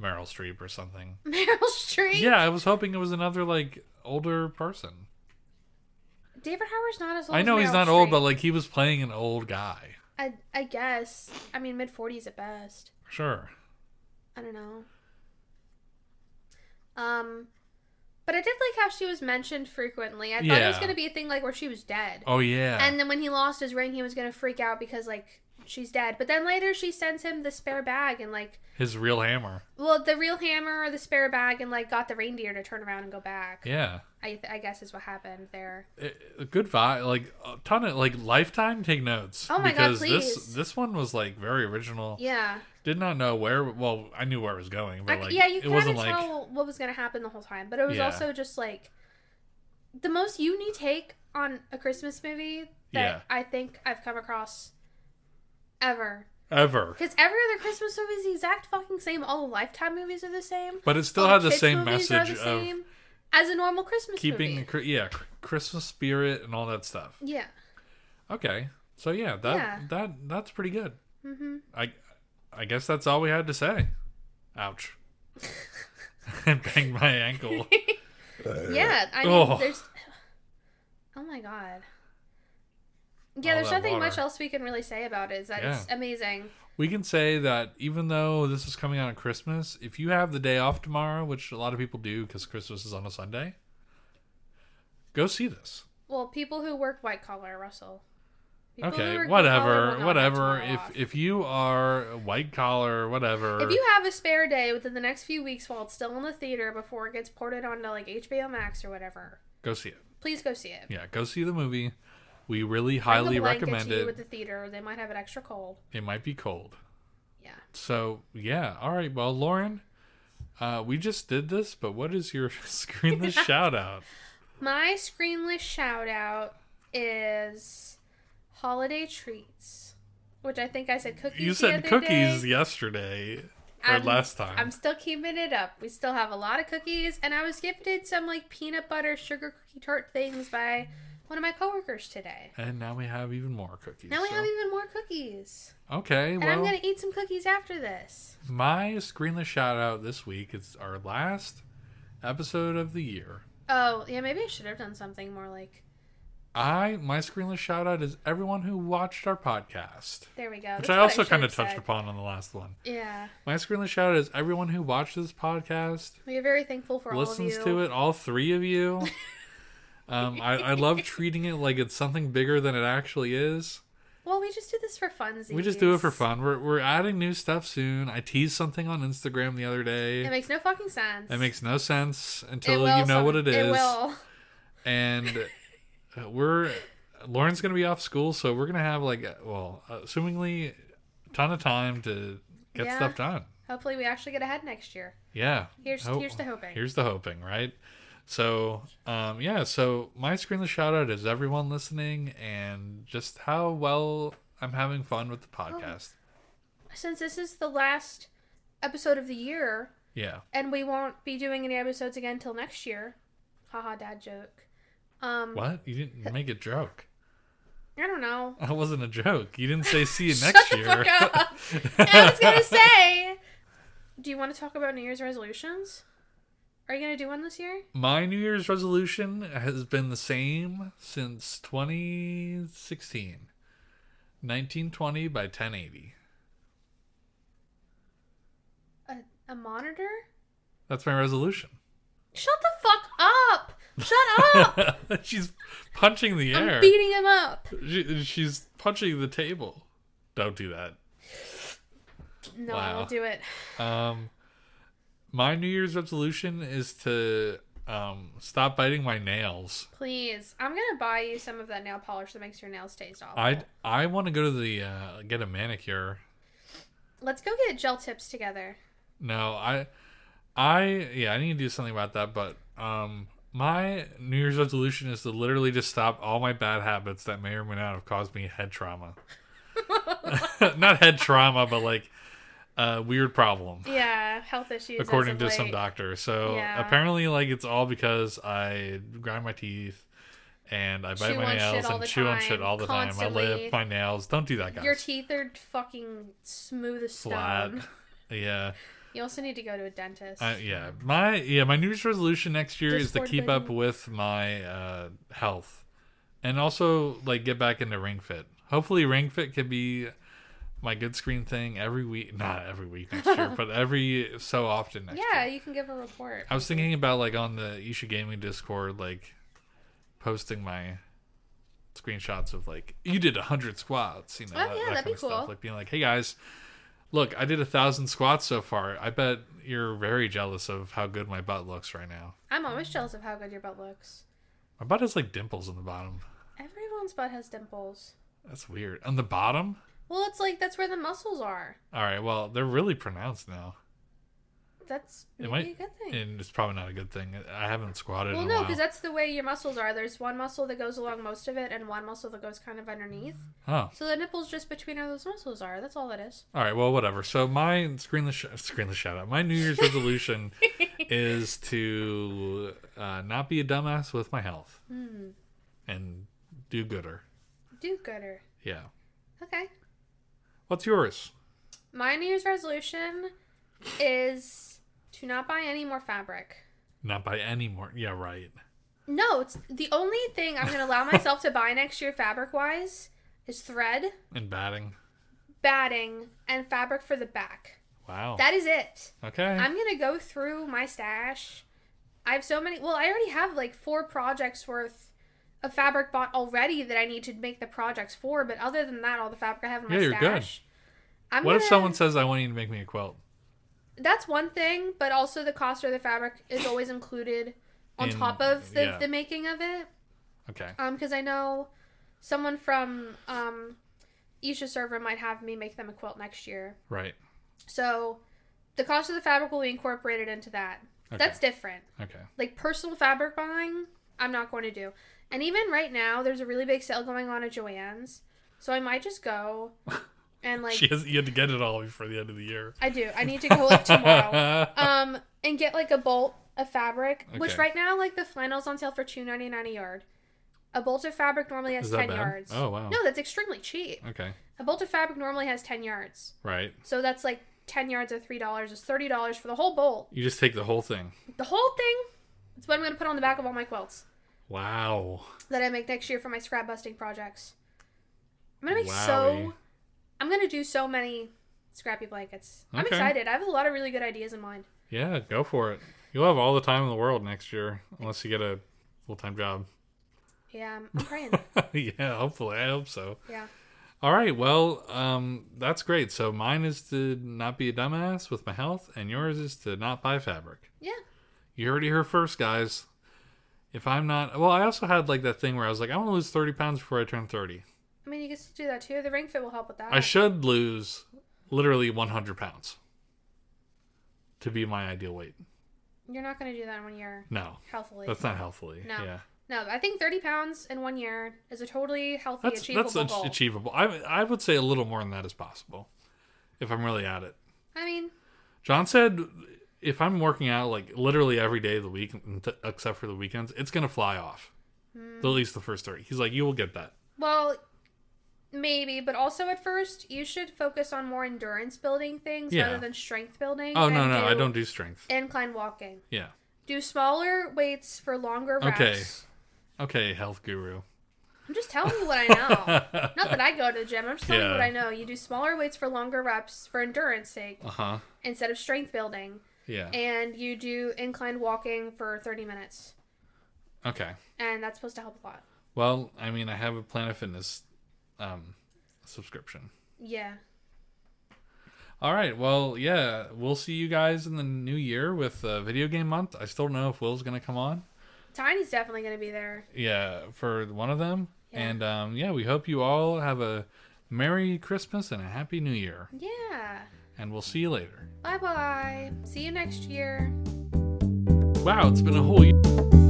Speaker 1: Meryl Streep or something.
Speaker 2: Meryl Streep.
Speaker 1: Yeah, I was hoping it was another like older person.
Speaker 2: David Harbour's not as old.
Speaker 1: I know
Speaker 2: as
Speaker 1: he's
Speaker 2: Meryl
Speaker 1: not old,
Speaker 2: Streep.
Speaker 1: but like he was playing an old guy.
Speaker 2: I I guess I mean mid forties at best.
Speaker 1: Sure.
Speaker 2: I don't know. Um, but I did like how she was mentioned frequently. I thought it was
Speaker 1: Yeah.
Speaker 2: gonna be a thing like where she was dead.
Speaker 1: Oh yeah.
Speaker 2: And then when he lost his ring, he was gonna freak out because like she's dead. But then later she sends him the spare bag and like,
Speaker 1: His real hammer.
Speaker 2: well, the real hammer or the spare bag and like got the reindeer to turn around and go back.
Speaker 1: Yeah.
Speaker 2: I th- I guess is what happened there.
Speaker 1: It, a good vibe. Like a ton of like lifetime take notes.
Speaker 2: Oh my God,
Speaker 1: because This
Speaker 2: please.
Speaker 1: this one was like very original.
Speaker 2: Yeah,
Speaker 1: Did not know where. Well, I knew where it was going,
Speaker 2: I
Speaker 1: but
Speaker 2: c
Speaker 1: like
Speaker 2: yeah, you
Speaker 1: it
Speaker 2: kind
Speaker 1: wasn't
Speaker 2: of
Speaker 1: like
Speaker 2: tell what was gonna happen the whole time, but it was
Speaker 1: Yeah.
Speaker 2: also just like the most uni take on a Christmas movie that
Speaker 1: Yeah.
Speaker 2: I think I've come across ever.
Speaker 1: ever.
Speaker 2: Because every other Christmas movie is the exact fucking same. All the Lifetime movies are the same.
Speaker 1: But it still
Speaker 2: All
Speaker 1: had the
Speaker 2: kids'
Speaker 1: same
Speaker 2: movies are
Speaker 1: message
Speaker 2: the
Speaker 1: of
Speaker 2: same as a normal Christmas
Speaker 1: keeping the
Speaker 2: movie.
Speaker 1: Chri- yeah cr- Christmas spirit and all that stuff.
Speaker 2: Yeah.
Speaker 1: Okay, so yeah, that
Speaker 2: Yeah.
Speaker 1: that that's pretty good.
Speaker 2: Mm-hmm.
Speaker 1: I I guess that's all we had to say. Ouch! I banged my ankle.
Speaker 2: Yeah. I mean,
Speaker 1: Oh.
Speaker 2: there's. Oh my god. Yeah,
Speaker 1: All
Speaker 2: there's
Speaker 1: that
Speaker 2: nothing
Speaker 1: water.
Speaker 2: much else we can really say about it. Is that it's amazing.
Speaker 1: We can say that even though this is coming out on Christmas, if you have the day off tomorrow, which a lot of people do because Christmas is on a Sunday, go see this.
Speaker 2: Well, people who work white collar, Russell. People who
Speaker 1: Okay,
Speaker 2: work white collar will
Speaker 1: whatever,
Speaker 2: not
Speaker 1: whatever.
Speaker 2: have tomorrow
Speaker 1: If
Speaker 2: off.
Speaker 1: if you are white collar, whatever.
Speaker 2: If you have a spare day within the next few weeks while it's still in the theater before it gets ported onto like HBO Max or whatever,
Speaker 1: go see it.
Speaker 2: please go see it.
Speaker 1: Yeah, go see the movie. We really
Speaker 2: Bring the
Speaker 1: highly
Speaker 2: blanket to
Speaker 1: recommend
Speaker 2: you
Speaker 1: it.
Speaker 2: With the theater, they might have it extra cold.
Speaker 1: It might be cold.
Speaker 2: Yeah.
Speaker 1: So yeah, all right. Well, Lauren, uh, we just did this, but what is your screenless shout out?
Speaker 2: My screenless shout out is holiday treats, which I think I said cookies.
Speaker 1: You
Speaker 2: the
Speaker 1: said
Speaker 2: other
Speaker 1: cookies
Speaker 2: day.
Speaker 1: yesterday or
Speaker 2: I'm-
Speaker 1: last time.
Speaker 2: I'm still keeping it up. We still have a lot of cookies, and I was gifted some like peanut butter sugar cookie tart things by one of my coworkers today.
Speaker 1: And now we have even more cookies.
Speaker 2: Now we
Speaker 1: so-
Speaker 2: have even more cookies.
Speaker 1: Okay,
Speaker 2: And I'm
Speaker 1: well,
Speaker 2: going to eat some cookies after this.
Speaker 1: my screenless shout out this week is our last episode of the year.
Speaker 2: Oh, yeah, maybe I should have done something more like.
Speaker 1: I my screenless shout out is everyone who watched our podcast,
Speaker 2: There we go.
Speaker 1: which
Speaker 2: That's
Speaker 1: I
Speaker 2: what
Speaker 1: also
Speaker 2: should
Speaker 1: kind of
Speaker 2: have
Speaker 1: touched
Speaker 2: said.
Speaker 1: upon on the last one.
Speaker 2: Yeah.
Speaker 1: My screenless shout out is everyone who watched this podcast,
Speaker 2: We are very thankful for
Speaker 1: listens
Speaker 2: all of you.
Speaker 1: to it, all three of you. um, I, I love treating it like it's something bigger than it actually is.
Speaker 2: Well, we just do this for funsies.
Speaker 1: We just do it for fun. We're we're adding new stuff soon. I teased something on Instagram the other day.
Speaker 2: It makes no fucking sense.
Speaker 1: It makes no sense
Speaker 2: It
Speaker 1: until
Speaker 2: will
Speaker 1: you know
Speaker 2: some-
Speaker 1: what it is.
Speaker 2: It will.
Speaker 1: And uh, we're Lauren's gonna be off school, so we're gonna have like uh, well, assumingly, a ton of time to get
Speaker 2: Yeah.
Speaker 1: stuff done.
Speaker 2: Hopefully, we actually get ahead next year.
Speaker 1: Yeah. Oh.
Speaker 2: Here's
Speaker 1: Ho-
Speaker 2: here's the hoping.
Speaker 1: Here's the hoping, right? So, um, yeah. So my screenless shout out is everyone listening and just how well I'm having fun with the
Speaker 2: Oh.
Speaker 1: podcast.
Speaker 2: Since this is the last episode of the year,
Speaker 1: Yeah.
Speaker 2: and we won't be doing any episodes again till next year, haha, dad joke. Um,
Speaker 1: What? You didn't make a joke.
Speaker 2: I don't know.
Speaker 1: That wasn't a joke. You didn't say see you next
Speaker 2: Shut
Speaker 1: year.
Speaker 2: the fuck up. I was gonna say. Do you want to talk about New Year's resolutions? Are you gonna do one this year?
Speaker 1: My New Year's resolution has been the same since 2016. 1920 by 1080.
Speaker 2: A, a monitor?
Speaker 1: That's my resolution.
Speaker 2: Shut the fuck up! Shut up!
Speaker 1: She's punching the air.
Speaker 2: Oh. I'm beating him up.
Speaker 1: She, she's punching the table. Don't do that.
Speaker 2: No, I
Speaker 1: Wow.
Speaker 2: won't do it.
Speaker 1: Um, my New Year's resolution is to um, stop biting my nails.
Speaker 2: Please, I'm gonna buy you some of that nail polish that makes your nails taste awful.
Speaker 1: I I want to go to the uh, get a manicure.
Speaker 2: Let's go get gel tips together.
Speaker 1: No, I I yeah, I need to do something about that, but um my New Year's resolution is to literally just stop all my bad habits that may or may not have caused me head trauma. not head trauma, but like a weird problem
Speaker 2: Yeah, health issues. as
Speaker 1: according
Speaker 2: of
Speaker 1: to some
Speaker 2: late.
Speaker 1: doctor. So
Speaker 2: Yeah.
Speaker 1: apparently, like it's all because I grind my teeth and I bite
Speaker 2: Chew
Speaker 1: my
Speaker 2: on shit
Speaker 1: nails
Speaker 2: all
Speaker 1: and
Speaker 2: the
Speaker 1: chew on shit
Speaker 2: time,
Speaker 1: all the time. I
Speaker 2: constantly.
Speaker 1: lip my nails. Don't do that, guys.
Speaker 2: Your teeth are fucking smooth as stone.
Speaker 1: Flat. yeah.
Speaker 2: You also need to go to a dentist.
Speaker 1: Uh, yeah, my yeah, my New Year's resolution next year is to
Speaker 2: Discord
Speaker 1: keep up
Speaker 2: buddy.
Speaker 1: with my uh, health, and also like get back into Ring Fit. Hopefully, Ring Fit can be my good screen thing every week. Not every week next year, but every so often next
Speaker 2: yeah,
Speaker 1: year.
Speaker 2: you can give a report.
Speaker 1: I was thinking about like on the Isha Gaming Discord, like posting my screenshots of like you did a hundred squats, you know,
Speaker 2: Oh, yeah, that'd
Speaker 1: kind
Speaker 2: be
Speaker 1: of stuff.
Speaker 2: cool.
Speaker 1: Like being like, hey guys, look, I did a thousand squats so far. I bet you're very jealous of how good my butt looks right now.
Speaker 2: I'm always jealous of how good your butt looks.
Speaker 1: My butt has like dimples on the bottom.
Speaker 2: Everyone's butt has dimples.
Speaker 1: That's weird. On the bottom?
Speaker 2: Well, it's like that's where the muscles are.
Speaker 1: All right, well, they're really pronounced now.
Speaker 2: That's
Speaker 1: It
Speaker 2: maybe
Speaker 1: might-
Speaker 2: a good thing.
Speaker 1: And it's probably not a good thing. I haven't squatted
Speaker 2: Well,
Speaker 1: in a
Speaker 2: no,
Speaker 1: while.
Speaker 2: because that's the way your muscles are. There's one muscle that goes along most of it, and one muscle that goes kind of underneath.
Speaker 1: oh.
Speaker 2: So the nipples just between where those muscles are. That's all that is.
Speaker 1: All right, well, whatever. So my screenless sh- screenless shout out. My New Year's resolution is to uh, not be a dumbass with my health
Speaker 2: Hmm.
Speaker 1: and do gooder.
Speaker 2: Do gooder.
Speaker 1: Yeah.
Speaker 2: Okay.
Speaker 1: What's yours?
Speaker 2: My New Year's resolution is to not buy any more fabric.
Speaker 1: Not by any more. Yeah, right.
Speaker 2: No, it's the only thing I'm going to allow myself to buy next year, fabric wise, is thread,
Speaker 1: And batting.
Speaker 2: batting, and fabric for the back.
Speaker 1: Wow.
Speaker 2: That is it.
Speaker 1: okay.
Speaker 2: I'm gonna go through my stash. I have so many. Well, I already have like four projects worth of fabric bought already that I need to make the projects for. But other than that, all the fabric I have in my
Speaker 1: Yeah, you're good.
Speaker 2: stash. I'm
Speaker 1: what if
Speaker 2: gonna-
Speaker 1: someone says, "I want you to make me a quilt"?
Speaker 2: That's one thing, but also the cost of the fabric is always included on
Speaker 1: In-
Speaker 2: top of the,
Speaker 1: yeah.
Speaker 2: the making of it.
Speaker 1: Okay.
Speaker 2: Um, because I know someone from um, Isha server might have me make them a quilt next year.
Speaker 1: Right.
Speaker 2: So the cost of the fabric will be incorporated into that.
Speaker 1: Okay.
Speaker 2: That's different.
Speaker 1: okay.
Speaker 2: like personal fabric buying, I'm not going to do. And even right now, there's a really big sale going on at Joann's, so I might just go and like
Speaker 1: she has. You had to get it all before the end of the year.
Speaker 2: I do. I need to go like tomorrow, um, and get like a bolt of fabric, which
Speaker 1: Okay.
Speaker 2: right now like the flannel's on sale for two ninety nine a yard, A bolt of fabric normally has
Speaker 1: Is that
Speaker 2: 10
Speaker 1: bad?
Speaker 2: yards.
Speaker 1: Oh, wow.
Speaker 2: No, that's extremely cheap.
Speaker 1: Okay.
Speaker 2: A bolt of fabric normally has 10 yards.
Speaker 1: Right.
Speaker 2: So that's like 10 yards of $3 is $30 for the whole bolt.
Speaker 1: You just take the whole thing.
Speaker 2: The whole thing is what I'm going to put on the back of all my quilts
Speaker 1: Wow.
Speaker 2: that I make next year for my scrap busting projects. I'm going to make
Speaker 1: Wowie.
Speaker 2: so. I'm going to do so many scrappy blankets. I'm
Speaker 1: Okay.
Speaker 2: excited. I have a lot of really good ideas in mind.
Speaker 1: Yeah, go for it. You'll have all the time in the world next year, unless you get a full time job.
Speaker 2: Yeah, I'm, I'm praying.
Speaker 1: yeah, hopefully. I hope so.
Speaker 2: yeah.
Speaker 1: All right. Well, um, that's great. So mine is to not be a dumbass with my health, and yours is to not buy fabric.
Speaker 2: Yeah.
Speaker 1: You heard it here first, guys. If I'm not, well, I also had like that thing where I was like, I want to lose 30 pounds before I turn 30.
Speaker 2: I mean, you can still do that too. The ring fit will help with that.
Speaker 1: I should lose literally 100 pounds to be my ideal weight.
Speaker 2: You're not going to do that in one year
Speaker 1: No,
Speaker 2: healthily.
Speaker 1: that's not healthily.
Speaker 2: No.
Speaker 1: Yeah.
Speaker 2: No, I think 30 pounds in one year is a totally healthy,
Speaker 1: That's
Speaker 2: achievable
Speaker 1: that's
Speaker 2: goal.
Speaker 1: ach- achievable. I I would say a little more than that is possible, if I'm really at it.
Speaker 2: I mean,
Speaker 1: John said, if I'm working out like literally every day of the week int- except for the weekends, it's gonna fly off.
Speaker 2: Hmm.
Speaker 1: At least the first thirty. He's like, you will get that.
Speaker 2: well, maybe, but also at first, you should focus on more endurance building things
Speaker 1: Yeah.
Speaker 2: rather than strength building.
Speaker 1: Oh no
Speaker 2: and
Speaker 1: no,
Speaker 2: do
Speaker 1: I don't do strength.
Speaker 2: Incline walking.
Speaker 1: Yeah.
Speaker 2: Do smaller weights for longer reps.
Speaker 1: Okay. Okay, health guru.
Speaker 2: I'm just telling you what I know. Not that I go to the gym. I'm just telling you what
Speaker 1: Yeah.
Speaker 2: I know. You do smaller weights for longer reps for endurance sake
Speaker 1: Uh huh.
Speaker 2: instead of strength building,
Speaker 1: Yeah.
Speaker 2: and you do incline walking for 30 minutes,
Speaker 1: Okay.
Speaker 2: and that's supposed to help a lot.
Speaker 1: Well, I mean, I have a Planet Fitness um, subscription.
Speaker 2: Yeah.
Speaker 1: All right. Well, yeah, we'll see you guys in the new year with uh, video game month. I still don't know if Will's gonna come on.
Speaker 2: Tiny's definitely going to be there.
Speaker 1: yeah for one of them
Speaker 2: Yeah.
Speaker 1: and um, yeah we hope you all have a merry christmas and a happy new year
Speaker 2: Yeah.
Speaker 1: and we'll see you later
Speaker 2: Bye bye. See you next year.
Speaker 1: wow it's been a whole year